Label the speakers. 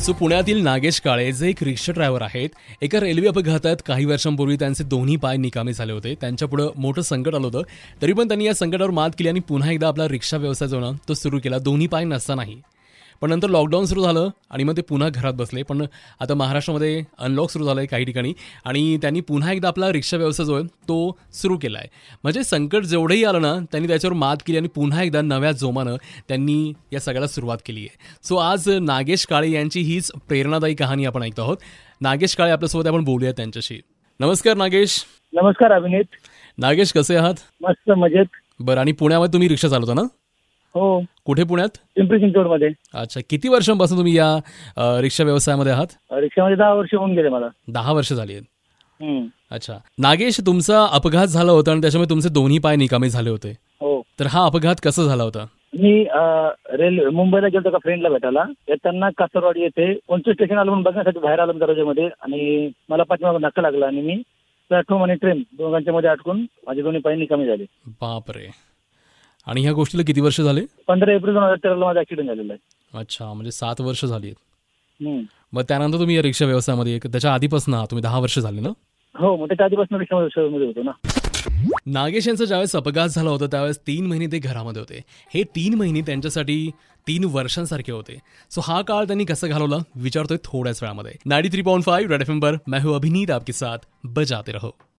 Speaker 1: So पुण्यातील नागेश काळे जे एक रिक्षा ड्रायव्हर आहेत एका रेल्वे अपघातात काही वर्षांपूर्वी त्यांचे दोन्ही पाय निकामी झाले होते त्यांच्यापुढं मोठं संकट आलं होतं तरी पण त्यांनी या संकटावर मात केली आणि पुन्हा एकदा आपला रिक्षा व्यवसाय जो ना तो सुरू केला दोन्ही पाय नसतानाही पण नंतर लॉकडाऊन सुरू झालं आणि मग ते पुन्हा घरात बसले पण आता महाराष्ट्रामध्ये अनलॉक सुरू झालं आहे काही ठिकाणी आणि त्यांनी पुन्हा एकदा आपला रिक्षा व्यवसाय जो आहे तो सुरू केला आहे म्हणजे संकट जेवढंही आलं ना त्यांनी त्याच्यावर मात केली आणि पुन्हा एकदा नव्या जोमानं त्यांनी या सगळ्याला सुरुवात केली आहे सो आज नागेश काळे यांची हीच प्रेरणादायी कहाणी आपण ऐकत आहोत नागेश काळे आपल्यासोबत आपण बोलूया त्यांच्याशी नमस्कार नागेश
Speaker 2: नमस्कार अभिनेत
Speaker 1: नागेश कसे आहात
Speaker 2: मस्त मजेत
Speaker 1: बरं आणि पुण्यामध्ये तुम्ही रिक्षा चालवता ना
Speaker 2: हो
Speaker 1: कुठे पुण्यात
Speaker 2: पिंपरी चिंचवड मध्ये
Speaker 1: अच्छा किती वर्षांपासून तुम्ही या अ, रिक्षा व्यवसायामध्ये आहात
Speaker 2: रिक्षामध्ये दहा वर्ष होऊन गेले मला
Speaker 1: दहा वर्ष झाली आहेत
Speaker 2: हम्म.
Speaker 1: अच्छा नागेश तुमचा अपघात झाला होता आणि त्याच्यामुळे तुमचे दोन्ही पाय निकामी झाले होते
Speaker 2: हो
Speaker 1: तर हा अपघात कसा झाला होता
Speaker 2: मी अं, रेल्वे मुंबईला गेलो एका फ्रेंडला भेटायला येताना कासरवाडी येथे कोणतं स्टेशन आलं म्हणून बघण्यासाठी बाहेर आलो मी दरवाजामध्ये आणि मला पाठीमागून धक्का लागला आणि मी प्लॅटफॉर्म आणि ट्रेन दोघांच्या मध्ये अटकून माझे दोन्ही पाय निकामी झाले
Speaker 1: बापरे आणि ह्या गोष्टीला किती वर्ष झाले
Speaker 2: पंधरा एप्रिल दोन हजार तेराला माझा ऍक्सिडेंट झालेला आहे
Speaker 1: अच्छा म्हणजे सात वर्ष झाली आहेत
Speaker 2: हम्म.
Speaker 1: मग त्यानंतर तुम्ही या रिक्षा व्यवसायामध्ये एक- त्याच्या आधीपासून आहात तुम्ही दहा वर्ष झाले ना
Speaker 2: हो मग त्याच्या आधीपासून रिक्षामध्ये मध्ये होतो ना
Speaker 1: नागेश यांचा ज्यावेळेस अपघात झाला होता त्यावेळेस तीन महिने ते घरामध्ये होते हे तीन महिने त्यांच्यासाठी तीन वर्षांसारखे होते सो हा काळ त्यांनी कसा घालवला विचारतोय थोड्याच वेळामध्ये ninety three point five red F एम्बर मैं हूं अभिनीत आपके साथ बजाते रहो